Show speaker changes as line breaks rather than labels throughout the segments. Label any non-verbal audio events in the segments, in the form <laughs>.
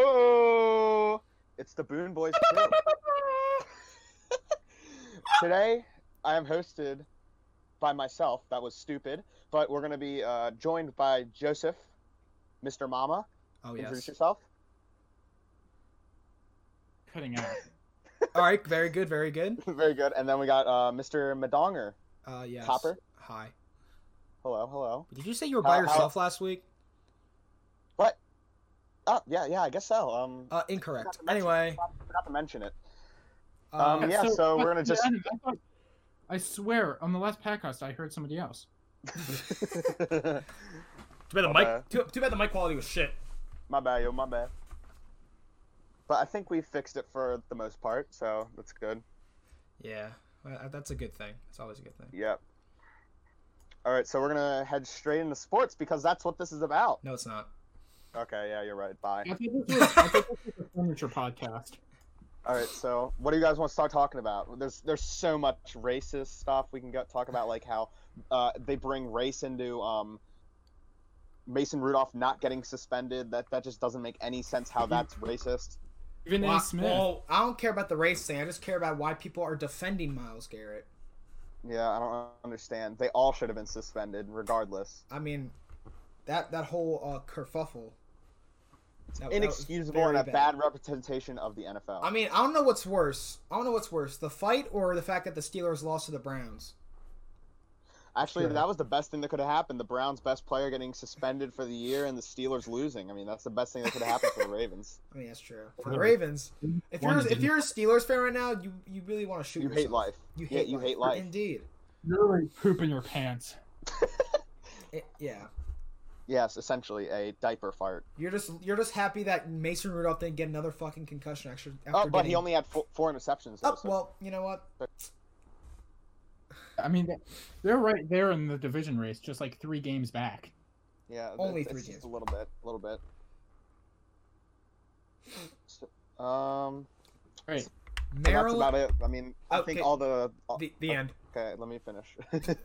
Hello, it's the Boon Boys
<laughs>
crew. Today, I am hosted by myself. That was stupid, but we're gonna be uh, joined by Joseph, Mr. Mama.
Oh
Introduce
yes.
yourself. <laughs>
Cutting out.
All right. Very good. Very good.
Very good. And then we got uh, Mr. Madonger.
Uh, yes.
Copper? Uh,
Hi.
Hello, hello.
Did you say you were by
How- how-
yourself last week?
Oh, yeah, yeah. I guess so. Um,
Uh, incorrect.
Not much.
Anyway.
forgot to mention
<laughs>
it. <laughs>
Uh,
Um, yeah, so we're gonna just-
I, thought- I swear, on the last podcast, I heard somebody else.
Too bad the
My
mic.
bad.
Too, too bad the mic quality was shit.
my bad, yo, my bad. But I think we fixed it for the most part, so that's good.
Yeah. Well, uh, that's a good thing. It's always a good thing.
Yep. All right, so we're gonna head straight into sports because that's what this is about.
No, it's not.
Okay, yeah, you're right. Bye.
I thought this was, I thought this was a furniture podcast.
All right, so what do you guys want to start talking about? There's there's so much racist stuff we can go, talk about, like how uh, they bring race into um, Mason Rudolph not getting suspended. That that just doesn't make any sense.
Mm-hmm.
How that's racist.
Even
Well,
A.
I-
Smith.
well, I don't care about the race thing. I just care about why people are defending Miles Garrett.
Yeah, I don't understand. They all should have been suspended, regardless.
I mean, that that whole uh, kerfuffle. That- that was
Inexcusable
very
and a bad. representation of the NFL.
I mean, I don't know what's worse. I don't know what's worse, the fight or the fact that the Steelers lost to the Browns.
Actually,
Sure.
that was the best thing that could have happened. The Browns' best player getting suspended for the year and the Steelers losing. I mean, that's the best thing that could have happened
<laughs>
for the Ravens.
I mean, that's true. For the
Wow.
Ravens, if
One
you're if
didn't-
you're a Steelers fan right now, you you really want to shoot.
You hate
yourself.
life.
You
Yeah,
hate
you
life.
hate life.
Indeed.
You're like pooping your pants.
It- yeah.
Yes, essentially a diaper fart.
You're just you're just happy that Mason Rudolph didn't get another fucking concussion extra after
Oh, but
getting-
he only had four, four interceptions. Though,
Oh,
so-
well, you know what?
I mean, they're right there in the division race, just like three games back.
yeah,
only
it's-
three
it's just
games.
A little bit, a little bit. So, um,
Right.
so that's
Maryland
about Oh. it. I mean, I think
Okay.
all the all-
the, the end. <laughs>
Okay, let me finish. <laughs>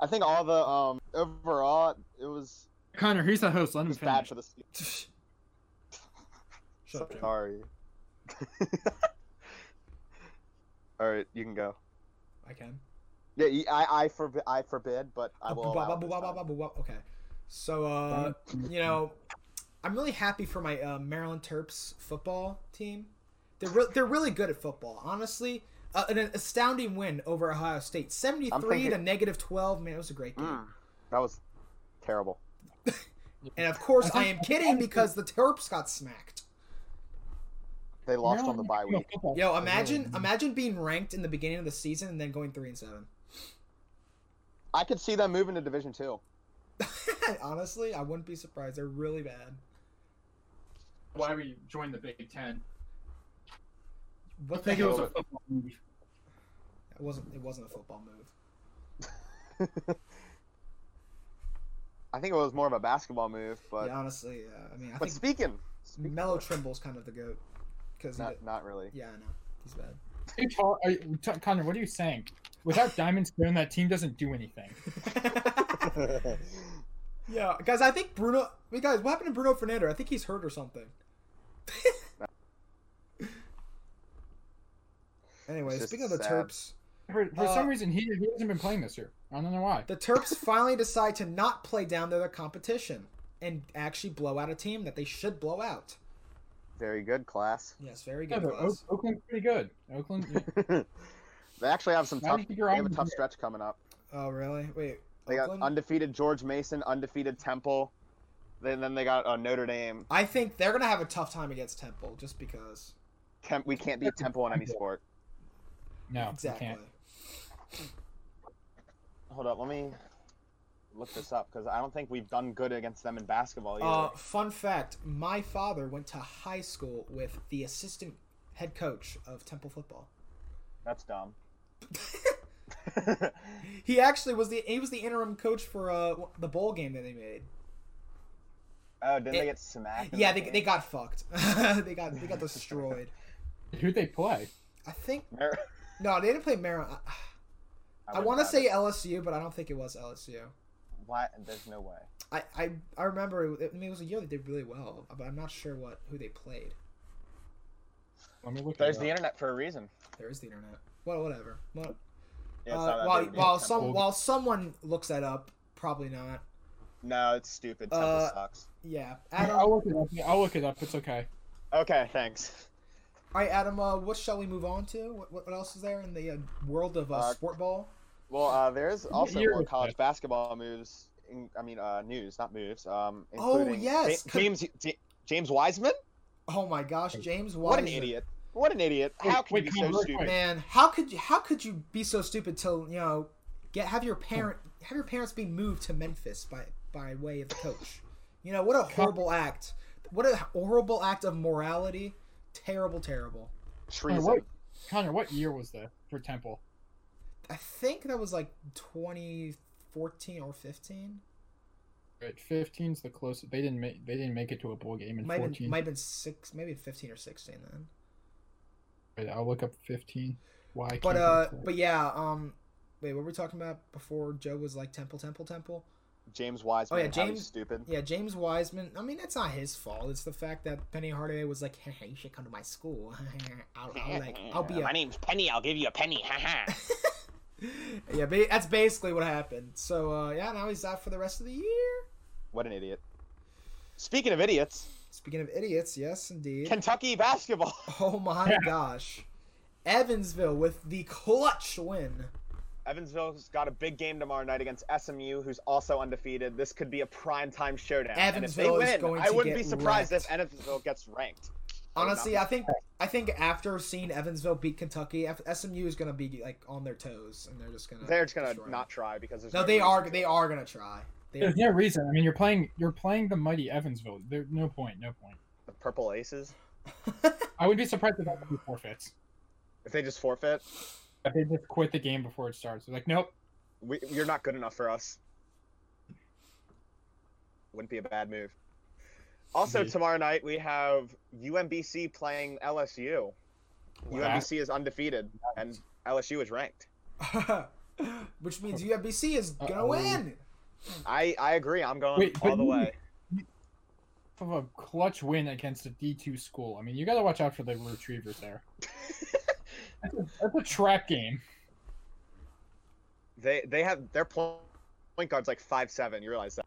I think all the um overall it was
Connor, here's the host. Let
it
him
was bad
finish.
for the Steelers.
Shut up, Jim.
Sorry. <laughs> all right, you can go.
I can.
Yeah, you- I I forbid I forbid, but I will. allow it this time.
Okay. So uh, you know, I'm really happy for my uh, Maryland Terps football team. They're re- they're really good at football, honestly. Uh, an astounding win over Ohio State, 73 to
thinking-
negative 12. Man, it was a great game.
Mm, that was terrible.
And of course,
I
I
think-
am
<laughs>
kidding because the Terps got smacked.
They lost on the
Maryland
bye
National
week.
Football
Yo,
Club.
imagine imagine being ranked in the beginning of the season and then going three and seven. <laughs>
I could see them moving to Division Two.
honestly, I wouldn't be surprised. They're really bad.
why we joined the Big Ten. I
What the
think it
hell?
was a football move.
It wasn't. It wasn't a football move.
I think it was more of a basketball move, but
yeah, honestly, uh, I mean, I
but
think
speaking, speaking
Mellow
of-
Trimble's kind of the goat because
not not really.
yeah, I know he's bad.
<laughs>
Hey, Paul, are you- T- Connor, what are you saying? Without Diamond Stone, that team doesn't do anything.
yeah, guys, I think Bruno. Wait, guys, what happened to Bruno Fernando? I think he's hurt
<laughs>
or something. anyway,
It's just
speaking of the
sad.
Terps,
For, for some
Uh,
reason, he, he hasn't been playing this year. I don't know why.
<laughs>
the Terps finally decide to not play down to their competition and actually blow out a team that they should blow out.
<laughs> Very good class. <laughs>
Yes, very
Yeah,
good.
but
class.
Oak- Oakland's pretty good. Oakland, yeah.
they actually have some
Why
tough.
do you think
They
you're
have a
on
tough
here?
stretch coming up.
Oh, really? Wait.
They got
Oakland?
undefeated George Mason, undefeated Temple, then then they got uh, Notre Dame.
I think they're gonna have a tough time against Temple just because.
Tem- we can't beat Temple in any sport.
<laughs> no,
exactly.
you can't.
Hold up, let me look this up because I don't think we've done good against them in basketball either.
Uh, fun fact: My father went to high school with the assistant head coach of Temple football.
That's dumb.
<laughs>
<laughs>
He actually was the he was the interim coach for uh, the bowl game that they made.
oh, didn't
It-
they get smacked? in
Yeah,
that
they, they
game?
got fucked. <laughs> they got
<laughs>
they got destroyed.
Who'd they play?
I think
Mar-
no, they didn't play Maryland. I,
wouldn't
want to
have
say
it.
LSU, but I don't think it was LSU.
why? There's no way.
I, I, I remember. It, I mean, it was a year they did really well, but I'm not sure what who they played.
Let me look.
There's
it
the
up.
internet for a reason.
There is the internet. Well, whatever. What,
Yeah, it's
uh,
not that
while
big a deal.
while
Temple-
some
Well-
while someone looks that up, probably not.
No, it's stupid. Temple
Uh,
sucks.
Yeah,
Yeah,
Adam.
I'll
All
look it up. Yeah, I'll look it up. It's okay.
Okay, thanks.
right, Adam. Uh, what shall we move on to? What, what what else is there in the uh, world of uh,
Uh,
sport ball?
Well, uh, there's also
you're-
more college basketball moves. In, I mean, uh, news, not moves. Um,
Oh,
including
yes,
Ja-
could-
James Ja- James Wiseman.
Oh my gosh, James
What an
Wiseman.
idiot! What an idiot!
Wait,
How can
wait,
you be
Connor,
so
real
stupid?
quick.
Man, how could you how could you be so stupid till you know get have your parent have your parents be moved to Memphis by by way of the coach? You know what a horrible act! What a horrible act of morality! Terrible, terrible.
Treason.
what? Connor, what year was that for Temple?
I think that was like 2014 or 15.
Right, 15's the closest. They didn't make. They didn't make it to a bowl game in
Might have been,
14.
might have been six, maybe 15 or 16 then.
Wait, I'll look up 15. Why? I
But uh,
can't look it up.
but yeah. Um, wait, what were we talking about before? Joe was like Temple, Temple, Temple.
James Wiseman.
Oh, yeah,
how he's
James-
Stupid.
Yeah, James Wiseman. I mean, that's not his fault. It's the fact that Penny Hardaway was like, hey, you should come to my school. <laughs> I'll, I'll like, I'll be a.
Uh, name's Penny. I'll give you a penny. Haha.
<gasps> yeah, ba- that's basically what happened. So uh, yeah, now he's out for the rest of the year.
what an idiot. Speaking of idiots,
Speaking of idiots, yes, indeed.
Kentucky basketball. <laughs>
Oh my gosh. Evansville with the clutch win.
Evansville's got a big game tomorrow night against SMU, who's also undefeated. This could be a prime time showdown.
Evansville
and
is
if they win,
going
I
to
wouldn't
get
be surprised if
wrecked.
Evansville gets ranked.
Honestly, I think I think after seeing Evansville beat Kentucky, F- SMU is gonna be like on their toes, and they're just gonna.
They're just gonna
destroy 'em.
not try because there's
No,
no
they
reason
are.
to.
They are gonna try. They are,
There's no reason. I mean, you're playing. You're playing the mighty Evansville. There's no point. No point.
the purple aces.
I would be surprised if that forfeits.
If they just forfeit,
If they just quit the game before it starts. They're like, nope.
we, you're not good enough for us. Wouldn't be a bad move. Also,
Indeed.
tomorrow night we have UMBC playing LSU. UMBC is undefeated and LSU is ranked.
<laughs> which means UFBC is gonna
Uh-oh.
win.
I, I agree. I'm going
Wait,
all
but
the
you-
way.
Of a clutch win against a D2 school. I mean, you got to watch out for the retrievers
<laughs>
there. that's, a, that's a trap game.
They they have their point guard's like five seven. You realize that?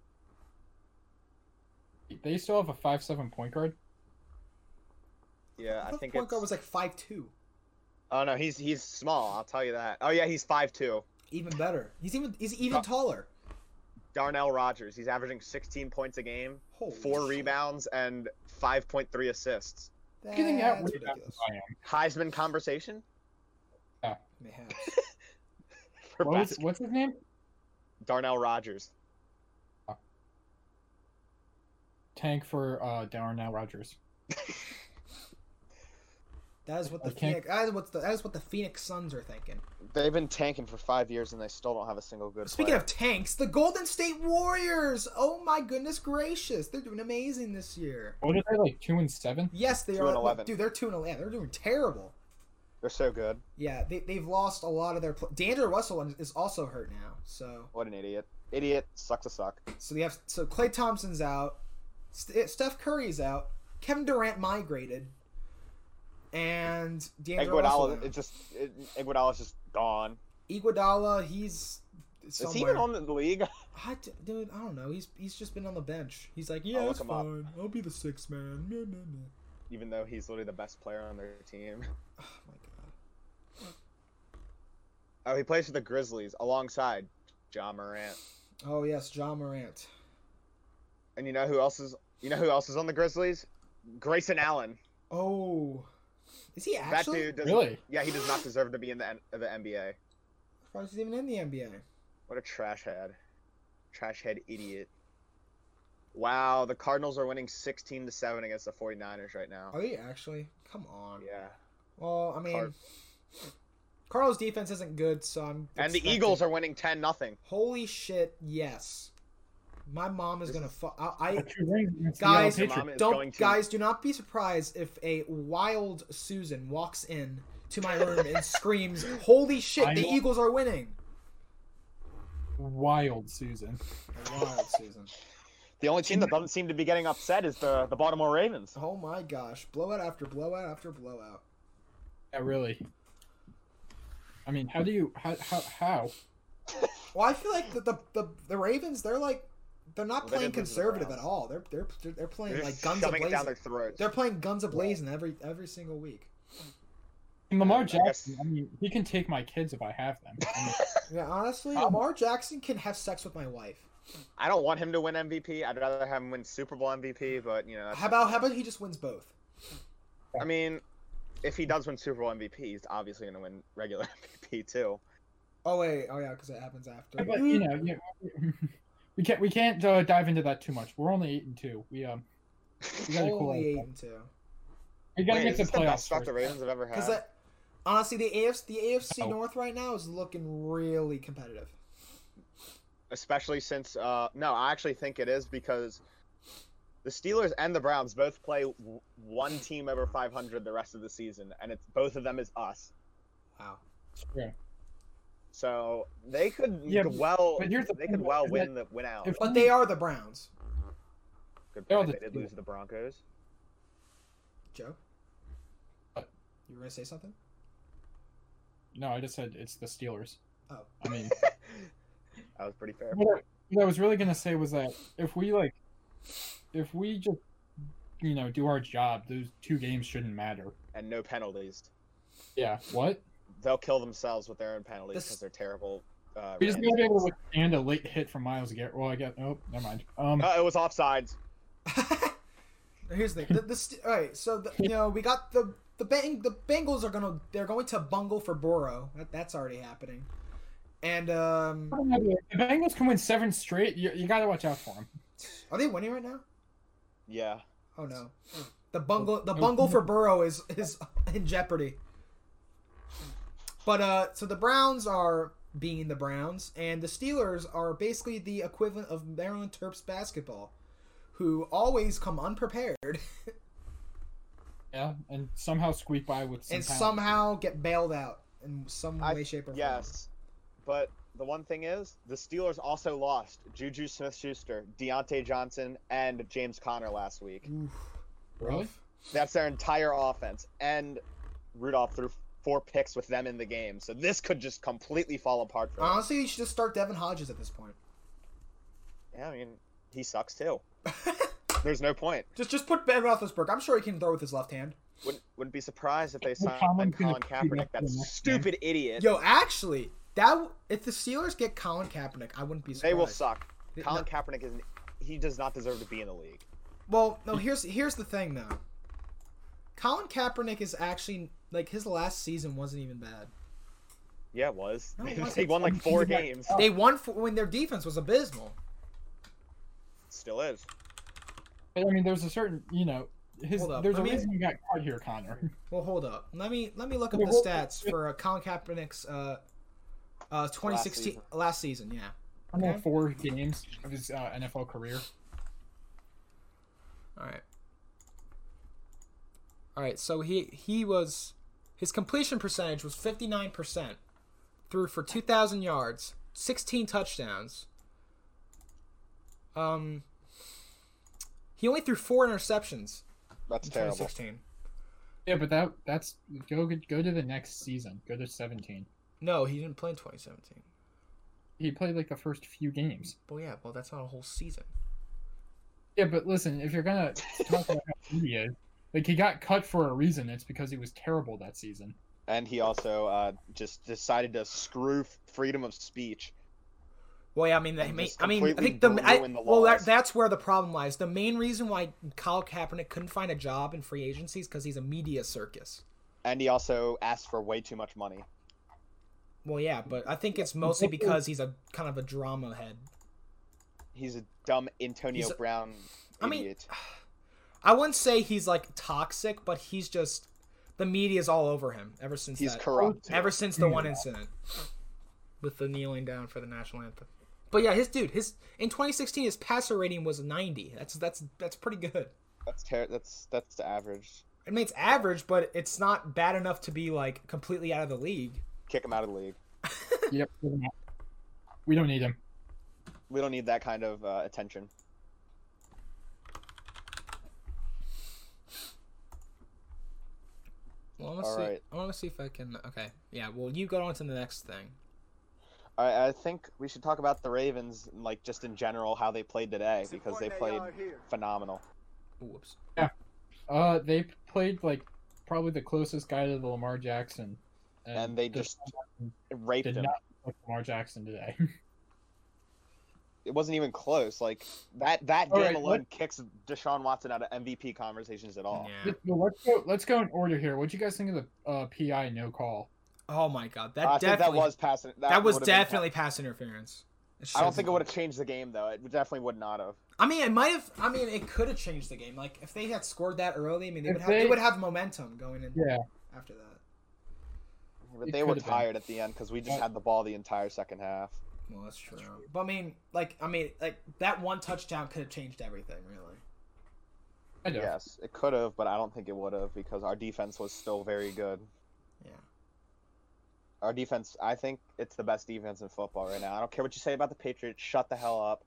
They still have a five-seven point guard.
Yeah, I
thought
think.
point
it's-
guard was like five two.
Oh no, he's he's small. I'll tell you that. Oh yeah, he's five two.
Even better. He's even he's even
Uh,
taller.
Darnell Rogers. He's averaging 16 points a game,
Holy
four
shit.
rebounds, and 5.3 assists.
That's
Getting out way faster
ridiculous.
than I am.
Heisman conversation
Mayhaps.
for
What was-
basket-
what's his name?
Darnell Rogers.
Tank for uh, Darnell Rogers.
That is what the
I can't-
Phoenix. That is what the, that is what the Phoenix Suns are thinking.
They've been tanking for five years and they still don't have a single good.
Speaking of tanks, the Golden State Warriors. Oh my goodness gracious, they're doing amazing this year.
What are they like two and seven?
Yes, they
Two
are.
and 11.
Dude, they're two and eleven. They're doing terrible.
they're so good.
Yeah, they they have lost a lot of their. Pl- D'Angelo Russell is- is also hurt now, so
What an idiot! Idiot sucks a suck.
so they have so Clay Thompson's out, St- eh, Steph Curry's out, Kevin Durant migrated, and D'Angelo Russell.
Iguodala,
out.
it just it, Iguodala's just gone.
Iguodala, he's.
Is he even
Somewhere.
on the league? <laughs>
I d- dude, I don't know. He's he's just been on the bench. He's like, yeah,
look
it's
him up.
fine. I'll be the sixth man. No, no, no.
even though he's literally the best player on their team. <laughs>
Oh my god.
Oh, he plays for the Grizzlies alongside John Morant.
Oh yes, John Morant.
And you know who else is? You know who else is on the Grizzlies? Grayson Allen.
Oh, is he actually?
that dude does
Really?
Yeah, he does not deserve to be in the N- the NBA.
Why is he even in the NBA?
What a trash head. Trash head idiot. Wow, the Cardinals are winning 16 to 7 against the 49ers right now.
Are they Oh, actually? Come on.
Yeah.
Well, I mean,
Car-
Carlos' defense isn't good, so I'm.
And the
expecting-
Eagles are winning 10 nothing.
Holy shit! Yes, my mom is
This
gonna. Fu-
<laughs>
I, I
Two rings against the
Guys,
Your mom
Yellow Patriots.
is going
don't
to
guys do not be surprised if a wild susan walks in
<laughs>
to my room and screams holy shit
I
the
know.
eagles are winning
wild, Susan.
A wild season.
The only team that doesn't seem to be getting upset is the the Baltimore Ravens.
Oh my gosh. Blowout after blowout after blowout.
Yeah, really. I mean, how do you how how how?
Well, I feel like the the, the, the Ravens, they're like they're not
Well, they
playing
did lose to the
conservative at
Browns.
all. They're they're they're, they're playing
They're
like
just
guns
shoving it down
ablazing.
their throats.
They're playing guns ablazing every every single week.
And Lamar
I guess-
Jackson. I mean, he can take my kids if I have them. I mean,
Yeah, honestly,
Um,
Lamar Jackson can have sex with my wife.
I don't want him to win MVP. I'd rather have him win Super Bowl MVP. But you know, that's-
How about how about he just wins both?
I mean, if he does win Super Bowl MVP, he's obviously going to win regular <laughs> MVP too.
Oh wait, oh yeah, because it happens after.
but you
Mm.
know, you <laughs> we can't we can't uh, dive into that too much. We're only eight and two. We um, we gotta cool.
Only eight
off.
and two.
We gotta
Wait,
make
is
the
this the best
playoffs.
start the
first.
Ravens have ever
Because
had.
honestly, the AFC the AFC
Oh.
North right now is looking really competitive.
Especially since, uh, no, I actually think it is because the Steelers and the Browns both play w- one team over 500 the rest of the season, and it's both of them is us.
Wow.
Yeah.
So they could
Yeah, but-
well,
but here's the
they
thing,
could well
is
win the win out.
If
But they are the Browns,
Good
they're all
point.
the
They did
team.
lose to the Broncos.
Joe.
What?
You were gonna say something?
No, I just said it's the Steelers.
Oh.
I mean,
That was pretty fair.
what I, what I was really gonna say was that if we like, if we just you know do our job, those two games shouldn't matter.
And no penalties.
Yeah. What?
They'll kill themselves with their own penalties
This-
because they're terrible. Uh,
We just
Rams.
gotta be able to withstand a late hit from Miles Garrett. Well, I guess. Oh, never mind. Um,
Uh, it was offsides.
<laughs> Here's the thing. The, the st- all right, so the, you know we got the the bang the Bengals are gonna they're going to bungle for Burrow. That, that's already happening. And um,
the Bengals can win seven straight. You, you gotta watch out for them.
are they winning right now?
Yeah.
Oh no, the bungle the bungle for Burrow is is in jeopardy. But uh, so the Browns are being the Browns, and the Steelers are basically the equivalent of Maryland Terps basketball, who always come unprepared
Yeah, and somehow squeak by with some
and
talent.
somehow get bailed out in some
I-
way, shape, or form.
Yes. But the one thing is, the Steelers also lost Juju Smith Schuster, Deontay Johnson, and James Conner last week.
Oof.
Really?
That's their entire offense. And Rudolph threw four picks with them in the game. So this could just completely fall apart for them.
Honestly, you should just start Devin Hodges at this point.
Yeah, I mean, he sucks
<laughs>
too. There's no point.
Just just put Ben Roethlisberger. I'm sure he can throw with his left hand.
Wouldn't, wouldn't be surprised if they
Well,
signed Colin
Colin's gonna
Kaepernick,
be back for
that
the next game.
stupid idiot.
Yo, actually, that w- if the Steelers get Colin Kaepernick, I wouldn't be surprised.
they will suck.
Th-
Colin
no-
Kaepernick is an, he does not deserve to be in the league.
well, no. Here's here's the thing though. Colin Kaepernick is actually like his last season wasn't even bad.
Yeah, it was.
No,
<laughs>
it
he
wasn't.
won like four
He's not-
games.
They won for, when their defense was abysmal.
Still is.
But, I mean, there's a certain you know. His,
Hold up,
there's
let
a
me-
reason he got caught here, Connor. <laughs>
Well, hold up. Let me let me look up
Yeah,
the
hold-
stats for uh, Colin Kaepernick's uh, uh 2016
season.
last season. Yeah.
I know
Okay.
four games of his uh, NFL career.
All right. All right. So he he was his completion percentage was 59%, threw for 2000 yards, 16 touchdowns. Um he only threw four interceptions
That's
in
terrible.
2016.
Yeah, but that that's go go to the next season. Go to 17.
No, he didn't play in 2017.
He played like the first few games.
Well, yeah, well that's not a whole season.
Yeah, but listen, if you're gonna talk about how good he is, like he got cut for a reason. It's because he was terrible that season.
And he also uh, just decided to screw f- freedom of speech.
Well, yeah, I mean, they
And
may,
just
I mean, I
completely
think the, I,
ruin the
well, that,
laws.
that's where the problem lies. The main reason why Kyle Kaepernick couldn't find a job in free agency is because he's a media circus.
And he also asked for way too much money.
Well, yeah, but I think it's mostly because he's a kind of a drama head.
He's a dumb Antonio
He's a-
Brown
I mean,
idiot.
I wouldn't say he's like toxic, but he's just the media's all over him ever since
he's
that,
corrupt.
ever since the one incident with the kneeling down for the national anthem. But yeah, his dude, his in 2016 his passer rating was 90. That's that's that's pretty good.
That's ter- that's that's the average.
I mean, it's average, but it's not bad enough to be like completely out of the league.
Kick him out of the league.
Yep. We don't need him.
We don't need that kind of uh, attention.
Well, I want to
All
see.
right.
I want to see if I can. Okay. Yeah. Well, you go on to the next thing.
I, I think we should talk about the Ravens, like just in general, how they played today because they played phenomenal.
Ooh, whoops.
Uh, they played like probably the closest guy to the Lamar Jackson,
And they
the
just raped
did
him.
not look like Lamar Jackson today.
It wasn't even close. Like that that
All
game
right,
alone kicks Deshaun Watson out of MVP conversations at all.
Yeah.
Well, let's go. Let's go in order here. What do you guys think of the uh, PI no call?
Oh my God. That
I think
definitely.
that was passing. That,
that was
would've been pa-
definitely pass interference.
I don't think it would have changed the game though. It definitely would not have.
I mean, it might have. I mean, it could have changed the game. Like if they had scored that early, I mean, they
If
would have. They,
they-
would have momentum going in.
Yeah.
After that.
But
It
they were
could've been.
tired at the end because we just
Yeah.
had the ball the entire second half.
Well, that's true. But I mean, like, I mean, like that one touchdown could have changed everything, really.
I don't.
Yes, it could have, but I don't think it would have because our defense was still very good.
Yeah.
Our defense, I think it's the best defense in football right now. I don't care what you say about the Patriots. Shut the hell up.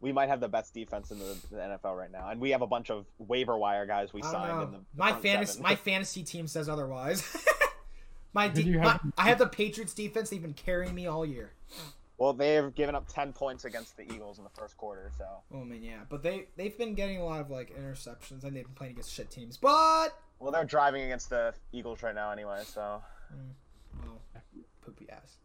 We might have the best defense in the, the NFL right now, and we have a bunch of waiver wire guys we
I don't
signed.
know.
In the, the
my
front
fantasy
seven.
my fantasy team says otherwise. <laughs> my,
Who
de-
do you
my
have?
I have the Patriots defense. They've been carrying me all year.
well, they have given up ten points against the Eagles in the first quarter, so
Oh man, yeah, but they they've been getting a lot of like interceptions and they've been playing against shit teams. But
well they're driving against the Eagles right now anyway, so
well, poopy ass.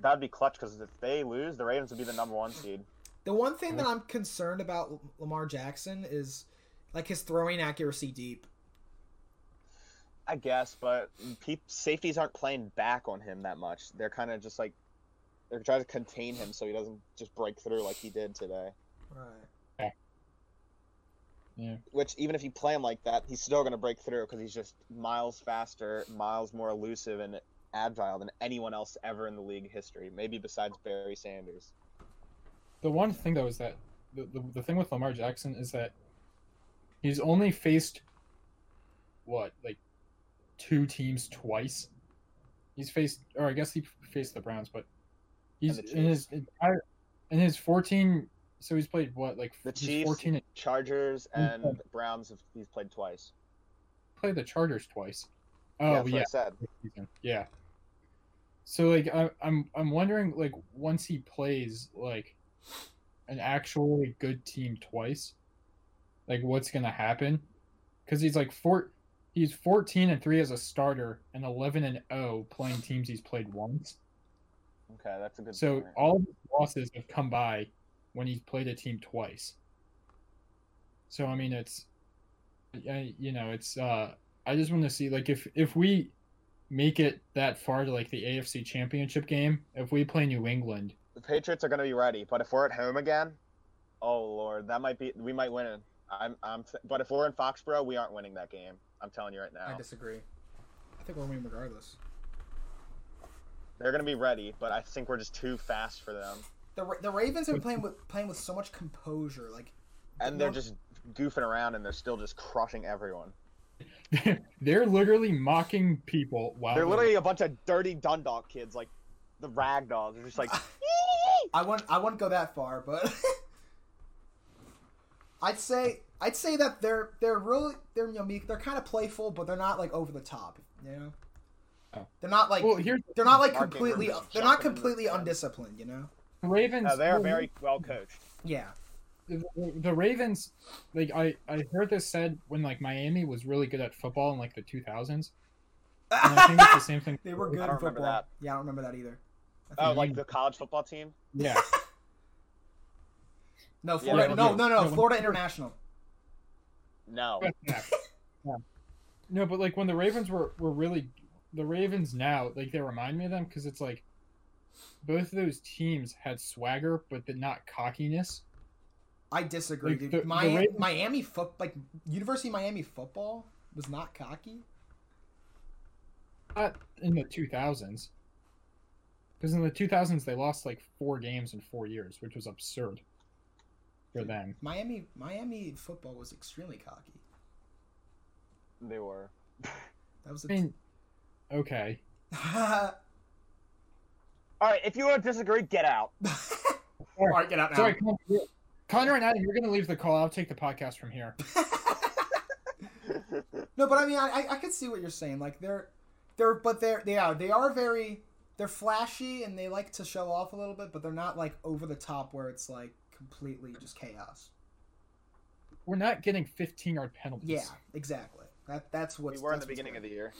that'd be clutch because if they lose, the Ravens would be the number one seed.
The one thing that I'm concerned about L- Lamar Jackson is like his throwing accuracy deep.
I guess, but peop safeties aren't playing back on him that much. They're kind of just like they're trying to contain him so he doesn't just break through like he did today.
Right.
Which even if you play him like that, he's still going to break through because he's just miles faster, miles more elusive and agile than anyone else ever in the league history. Maybe besides Barry Sanders.
The one thing though is that the, the, the thing with Lamar Jackson is that he's only faced what like two teams twice. He's faced, or I guess he faced the Browns, but he's
And the
in his entire in his fourteen. So he's played what like
The
he's
Chiefs.
fourteen. and <laughs>
Chargers and the Browns, have, he's played twice.
Played the Chargers twice.
yeah,
Oh
that's
yeah,
what I said.
this season. Yeah. So like I, I'm I'm wondering like once he plays like an actually good team twice, like what's gonna happen? Because he's like four, he's 14 and three as a starter and 11 and 0 playing teams he's played once.
Okay, that's a good
So
point.
all of his losses have come by when he's played a team twice. So I mean, it's, I, you know, it's. uh I just want to see like if if we make it that far to like the AFC Championship game, if we play New England, <laughs>
the Patriots are going to be ready, but if we're at home again, oh lord, that might be we might win it. I'm I'm but if we're in Foxborough, we aren't winning that game. I'm telling you right
I
now.
disagree. I think we're winning regardless.
They're going to be ready, but I think we're just too fast for them.
The Ra- the Ravens have been playing with playing with so much composure. Like
And they're
No.
just goofing around and they're still just crushing everyone.
they're literally mocking people while
They're literally a bunch of dirty Dundalk kids like the rag dolls. They're
<laughs>
just like <laughs>
I won't I wouldn't go that far, but <laughs> I'd say I'd say that they're they're really they're you know meek- they're kind of playful, but they're not like over the top, you know.
Oh.
They're not like
Well, here's
they're not like
Mark
completely
Ingram just
they're not
jumping in the
completely
stands.
undisciplined, you know.
the Ravens.
no, they are
<laughs>
well,
very well coached.
Yeah.
the, the Ravens, like I, I heard this said when like Miami was really good at football in like the 2000s, and I think it's the same thing.
they were good
I don't
in
remember
football.
that.
Yeah, I don't remember that either.
Oh, like the college football team?
Yeah,
No,
Yeah,
Florida,
they
no, no,
were good.
no,
No, when-
Florida International.
No.
yeah. No, but like when the Ravens were were really the Ravens now, like they remind me of them because it's like both of those teams had swagger, but did not cockiness.
I disagree,
Like,
dude.
the- the
Miami,
Ravens-
Miami foot, like University of Miami football was not cocky.
Not in the 2000s, because in the 2000s they lost like four games in four years, which was absurd for them.
Miami, Miami football was extremely cocky.
They were.
That was.
I mean, okay.
A...
All right, if you want to disagree, get out.
All right, get out now.
Sorry, Connor, you're- Connor and Adam, you're gonna leave the call. I'll take the podcast from here.
No, but I mean, I, I, I can see what you're saying. Like they're, they're, but they're, they are, they are very, they're flashy and they like to show off a little bit, but they're not like over the top where it's like completely just chaos.
We're not getting 15 yard penalties.
Yeah, exactly. That that's what
we were in the beginning of the year.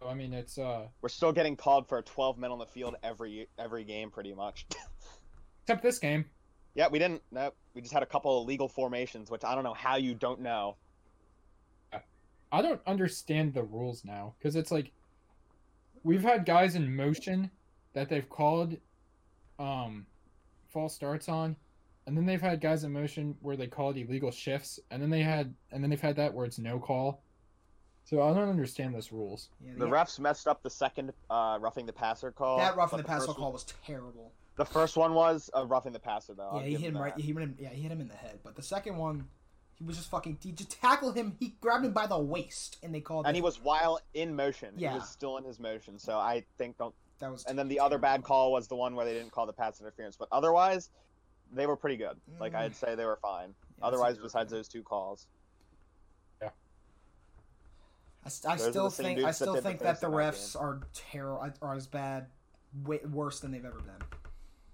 So, I mean, it's uh,
We're still getting called for 12 men on the field every every game, pretty much. <laughs>
except this game.
yeah, we didn't. No, we just had a couple of legal formations, which I don't know how you don't know.
I don't understand the rules now because it's like we've had guys in motion that they've called um false starts on, and then they've had guys in motion where they called illegal shifts, and then they had and then they've had that where it's no call. So I don't understand those rules.
yeah,
The refs messed up the second uh, roughing the passer call.
that rough in
but
the pass
first
call
one-
was terrible.
The first one was uh, roughing the passer, though. I'll
yeah, he
give
hit him
that.
right. He hit him. Yeah, he hit him in the head. But the second one, he was just fucking. He just tackled him. He grabbed him by the waist, and they called.
And
it-
he was while in motion.
Yeah.
He was still in his motion. So I think don't.
That was.
And then the other bad call was the one where they didn't call the pass interference. But otherwise, they were pretty good. Like
Mm.
I'd say they were fine.
Yeah, it's-
otherwise, besides those two calls,
I, st- I
Those are the
still
same
think
dudes
I
that
still
did the
think that
first
the
in that
refs are terrible are as bad, way, worse than they've ever been.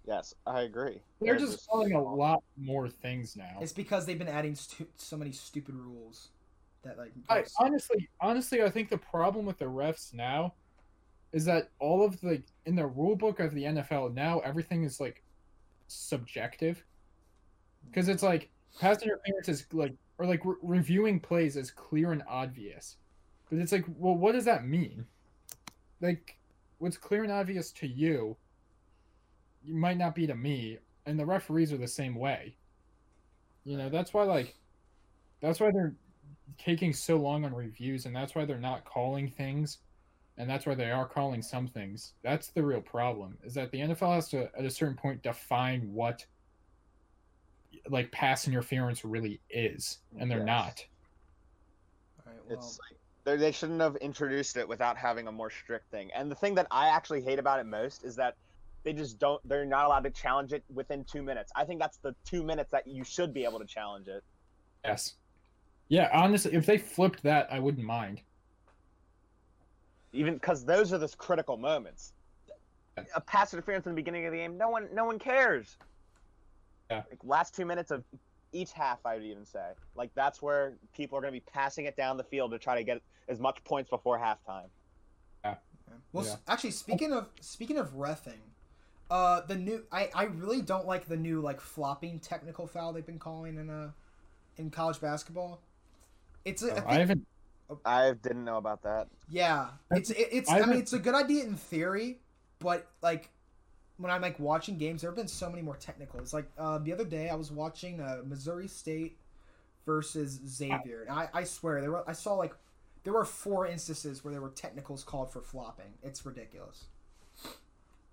yes, I agree.
They're
They're
just calling a lot more things
Oh.
now.
It's because they've been adding stu- so many stupid rules that like.
I
goes-
honestly, honestly, I think the problem with the refs now is that all of the in the rule book of the NFL now everything is like subjective because it's like pass interference is like or like re- reviewing plays is clear and obvious, but it's like, well, what does that mean? Like, what's clear and obvious to you, you might not be to me, and the referees are the same way. You know, that's why like, that's why they're taking so long on reviews and that's why they're not calling things and that's why they are calling some things that's the real problem is that the nfl has to at a certain point define what like pass interference really is and they're
Yes.
not
All right, well,
It's like they they shouldn't have introduced it without having a more strict thing. And the thing that I actually hate about it most is that they just don't. They're not allowed to challenge it within two minutes. I think that's the two minutes that you should be able to challenge it.
yes yeah honestly if they flipped that i wouldn't mind
even because those are the critical moments. A pass interference in the beginning of the game, no one, no one cares.
Yeah.
Like last two minutes of each half, I would even say, like that's where people are going to be passing it down the field to try to get as much points before halftime.
yeah. well s-
yeah.
actually, speaking of speaking of refing, uh, the new I I really don't like the new like flopping technical foul they've been calling in uh in college basketball. It's a, I
So
think,
i haven't
I didn't know about that.
Yeah, it's it, it's.
I
I, mean,
haven't-
it's a good idea in theory, but like when I'm like watching games, there have been so many more technicals. Like uh, the other day, I was watching uh, Missouri State versus Xavier, and I, I swear there were I saw like there were four instances where there were technicals called for flopping. It's ridiculous.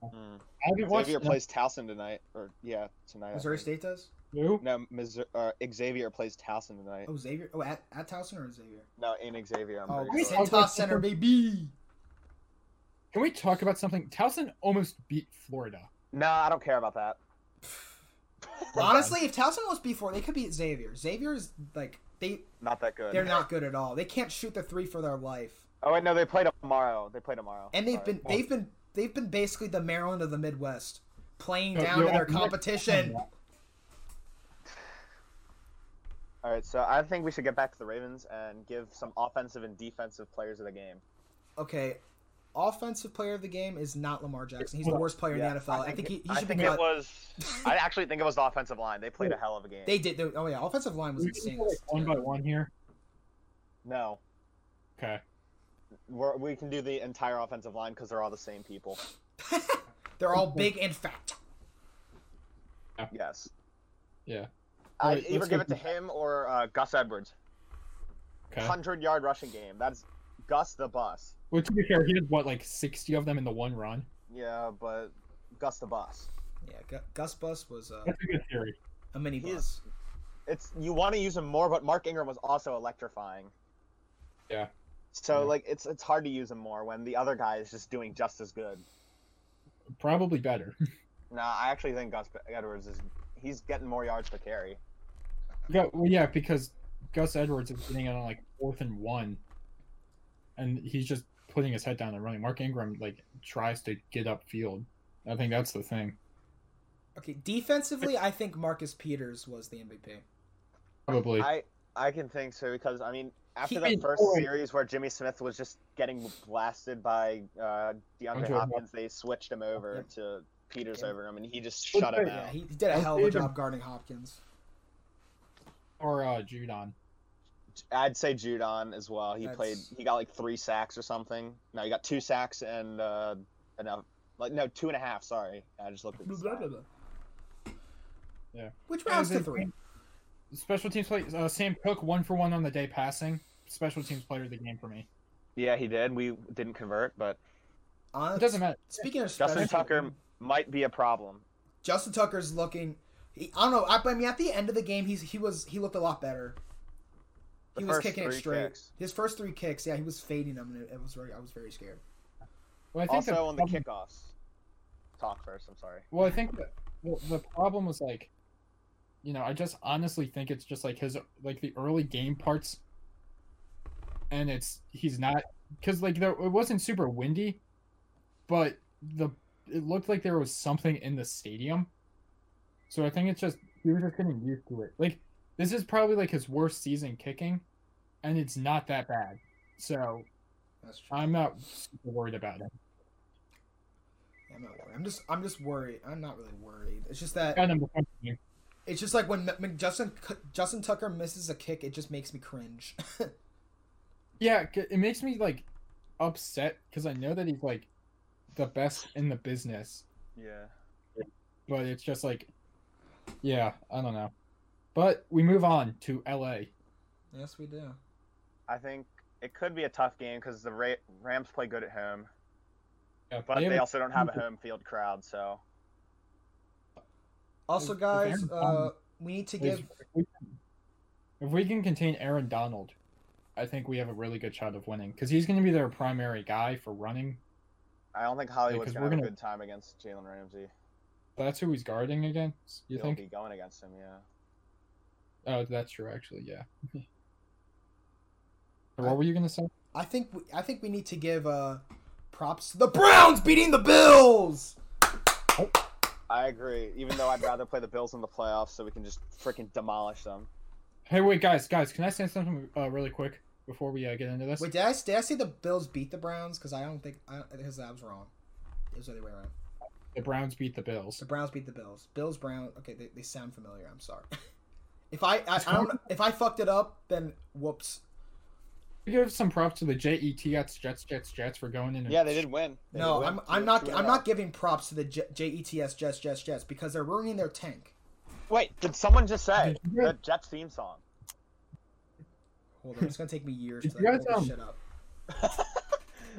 Hmm.
i haven't watched
Xavier plays Towson tonight, or yeah, tonight. I
Missouri
think.
State does.
Who?
No, Missouri, uh, Xavier plays Towson tonight.
Oh Xavier. Oh at, at Towson or Xavier.
No, in Xavier. I'm
Oh,
pretty sure.
Centos Center,
<laughs>
baby.
can we talk about something towson almost beat florida
No, I don't care about that.
Honestly, if Towson was before, they could beat Xavier. Xavier is like they
Not that good.
they're not good at all. They can't shoot the three for their life.
Oh wait, no, they play tomorrow. They play tomorrow.
and they've
Sorry.
been they've been they've been basically the Maryland of the Midwest, playing
Yo-
down
yo,
to their
I'm not-
competition.
<laughs>
All right, so I think we should get back to the Ravens and give some offensive and defensive players of the game.
Okay, offensive player of the game is not Lamar Jackson. He's the worst player in
Yeah,
the NFL. I think he, he
I
should be
think it
cut.
was. <laughs> I actually think it was the offensive line. They played a hell of a game.
They did. They, oh yeah, offensive line was
We can
insane.
go, like, one by one here
no,
okay
we're, we can do the entire offensive line because they're all the same people.
They're all big and fat.
Yes.
yeah
I
Alright,
either
let's
give
go-
it to him or uh, Gus Edwards.
okay
Hundred yard rushing game. That's Gus the bus.
well to be fair he did what like 60 of them in the one run
Yeah, but Gus the bus.
Yeah, Gu- Gus Bus was uh,
That's a good theory.
a mini
He
bus.
is. It's you want to use him more, but Mark Ingram was also electrifying.
Yeah.
So
Yeah.
like it's it's hard to use him more when the other guy is just doing just as good.
Probably better. <laughs>
Nah, I actually think Gus Edwards is he's getting more yards per carry.
Yeah, well, yeah, because Gus Edwards is getting it on like fourth and one, and he's just putting his head down and running. Mark Ingram like tries to get upfield. I think that's the thing.
Okay, defensively, I think Marcus Peters was the MVP.
Probably.
I I can think so because I mean after
He
that
made
first
four.
series where Jimmy Smith was just getting blasted by uh, DeAndre
Andre
Hopkins, they switched him over to Peters
Yeah.
over him, and he just
Well,
shut him
yeah,
out.
Yeah, he did a
I
hell of a
think-
job guarding Hopkins.
or uh, Judon.
I'd say Judon as well. He played.
That's-
He got like three sacks or something. No, he got two sacks and uh, enough. Like no, two and a half. Sorry, I just looked at. The stat.
Which rounds to
Guys,
three?
Special teams play. Uh, Sam Cook one for one on the day passing. Special teams player of the game for me.
Yeah, he did. We didn't convert, but
It
Honest,
doesn't matter.
Uh, Speaking of
Justin
special-
Tucker might be a problem.
Justin Tucker's looking. He, I don't know. I, I mean, at the end of the game, he's he was he looked a lot better.
The
he was
first
kicking it
three
straight.
kicks.
His first three kicks, yeah, he was fading them, and it, it was very. I was very scared.
Well, I think
Also on the
problem-
kickoffs. Talk first. I'm sorry.
Well, I think the, the, the problem was like, you know, I just honestly think it's just like his like the early game parts, and it's he's not because like there it wasn't super windy, but the it looked like there was something in the stadium, so I think it's just he was just getting used to it. Like this is probably like his worst season kicking, and it's not that bad, so
That's true.
I'm not super worried about him.
Yeah, I'm not worried. I'm just I'm just worried. I'm not really worried. It's just
I
that
got him to come here.
it's just like when, when Justin Justin Tucker misses a kick, it just makes me cringe. <laughs>
Yeah, c- it makes me like upset because I know that he's like the best in the business,
Yeah.
but it's just like, yeah, I don't know. But we move on to LA.
yes, we do.
I think it could be a tough game because the Ra- Rams play good at home,
Yeah,
but they,
have-
also don't have a home field crowd. So
Also,
If- if
guys,
Aaron
uh,
Donald
we need to
if
give
we can- if we can contain Aaron Donald, I think we have a really good shot of winning because he's going to be their primary guy for running.
I don't think Hollywood's
'cause
gonna
we're
have a
gonna-
good time against Jalen Ramsey.
That's who he's guarding against. You
He'll
think?
be going against him. Yeah.
Oh, that's true. Actually, yeah. <laughs>
I-
what were you going to say?
I think we, I think we need to give uh, props to the Browns beating the Bills.
I agree. Even though I'd rather play the Bills in the playoffs, so we can just freaking demolish them.
Hey, wait, guys, guys, can I say something uh, really quick before we uh, get into this?
Wait, did I did I say the Bills beat the Browns? Because I don't think I because I was wrong. It was the other way around.
The Browns beat the Bills.
The Browns beat the Bills. Bills Brown. Okay, they, they sound familiar. I'm sorry. <laughs> if I I, I don't if I fucked it up, then whoops.
We give some props to the Jets, Jets, Jets, Jets for going in. And
Yeah, they did win. They
no,
did win.
I'm
Two-
I'm not
two in a
I'm
row.
uh,
not giving props to the J- Jets Jets Jets Jets because they're ruining their tank.
Wait, did someone just say
Did you
the
guys-
Jets theme song?
Hold on, it's gonna take me years to
You guys,
like, pull
um,
this shit up.
did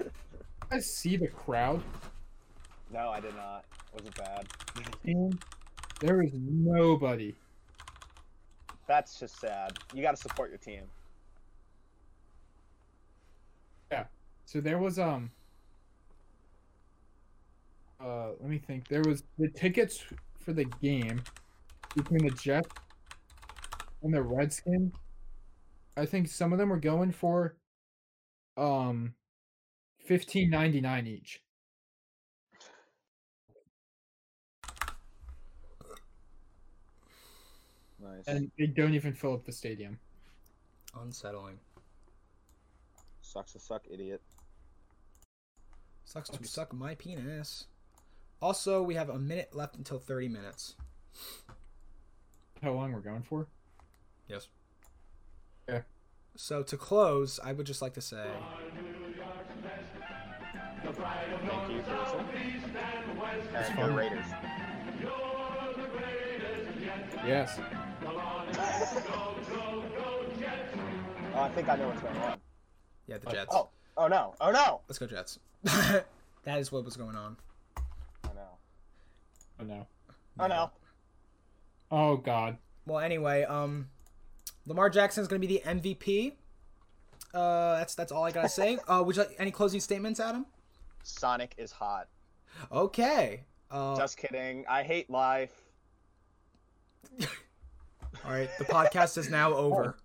you guys see the crowd?
No, I did not. Was it bad?
There was nobody.
That's just sad. You got to support your team.
So there was um. Uh, let me think. There was the tickets for the game between the Jets and the Redskins. I think some of them were going for um fifteen ninety nine each.
Nice.
and they don't even fill up the stadium.
Unsettling.
Sucks to suck, idiot.
Sucks to suck my penis. Also, we have a minute left until 30 minutes.
How long we're going for?
Yes.
Yeah.
So to close, I would just like to say
Thank you for listening. And go
fun.
Raiders.
Yes.
Oh, I think I know what's going on.
yeah, the
Uh,
Jets.
Oh, oh no, oh no.
Let's go Jets. <laughs> that is what was going on.
Oh no.
Oh no.
Oh no.
Oh god.
Well, anyway, um Lamar Jackson is going to be the MVP. Uh that's that's all I got to say. Uh would you like any closing statements, Adam?
Sonic is hot.
Okay. Uh,
Just kidding. I hate life.
all right, the podcast is now over.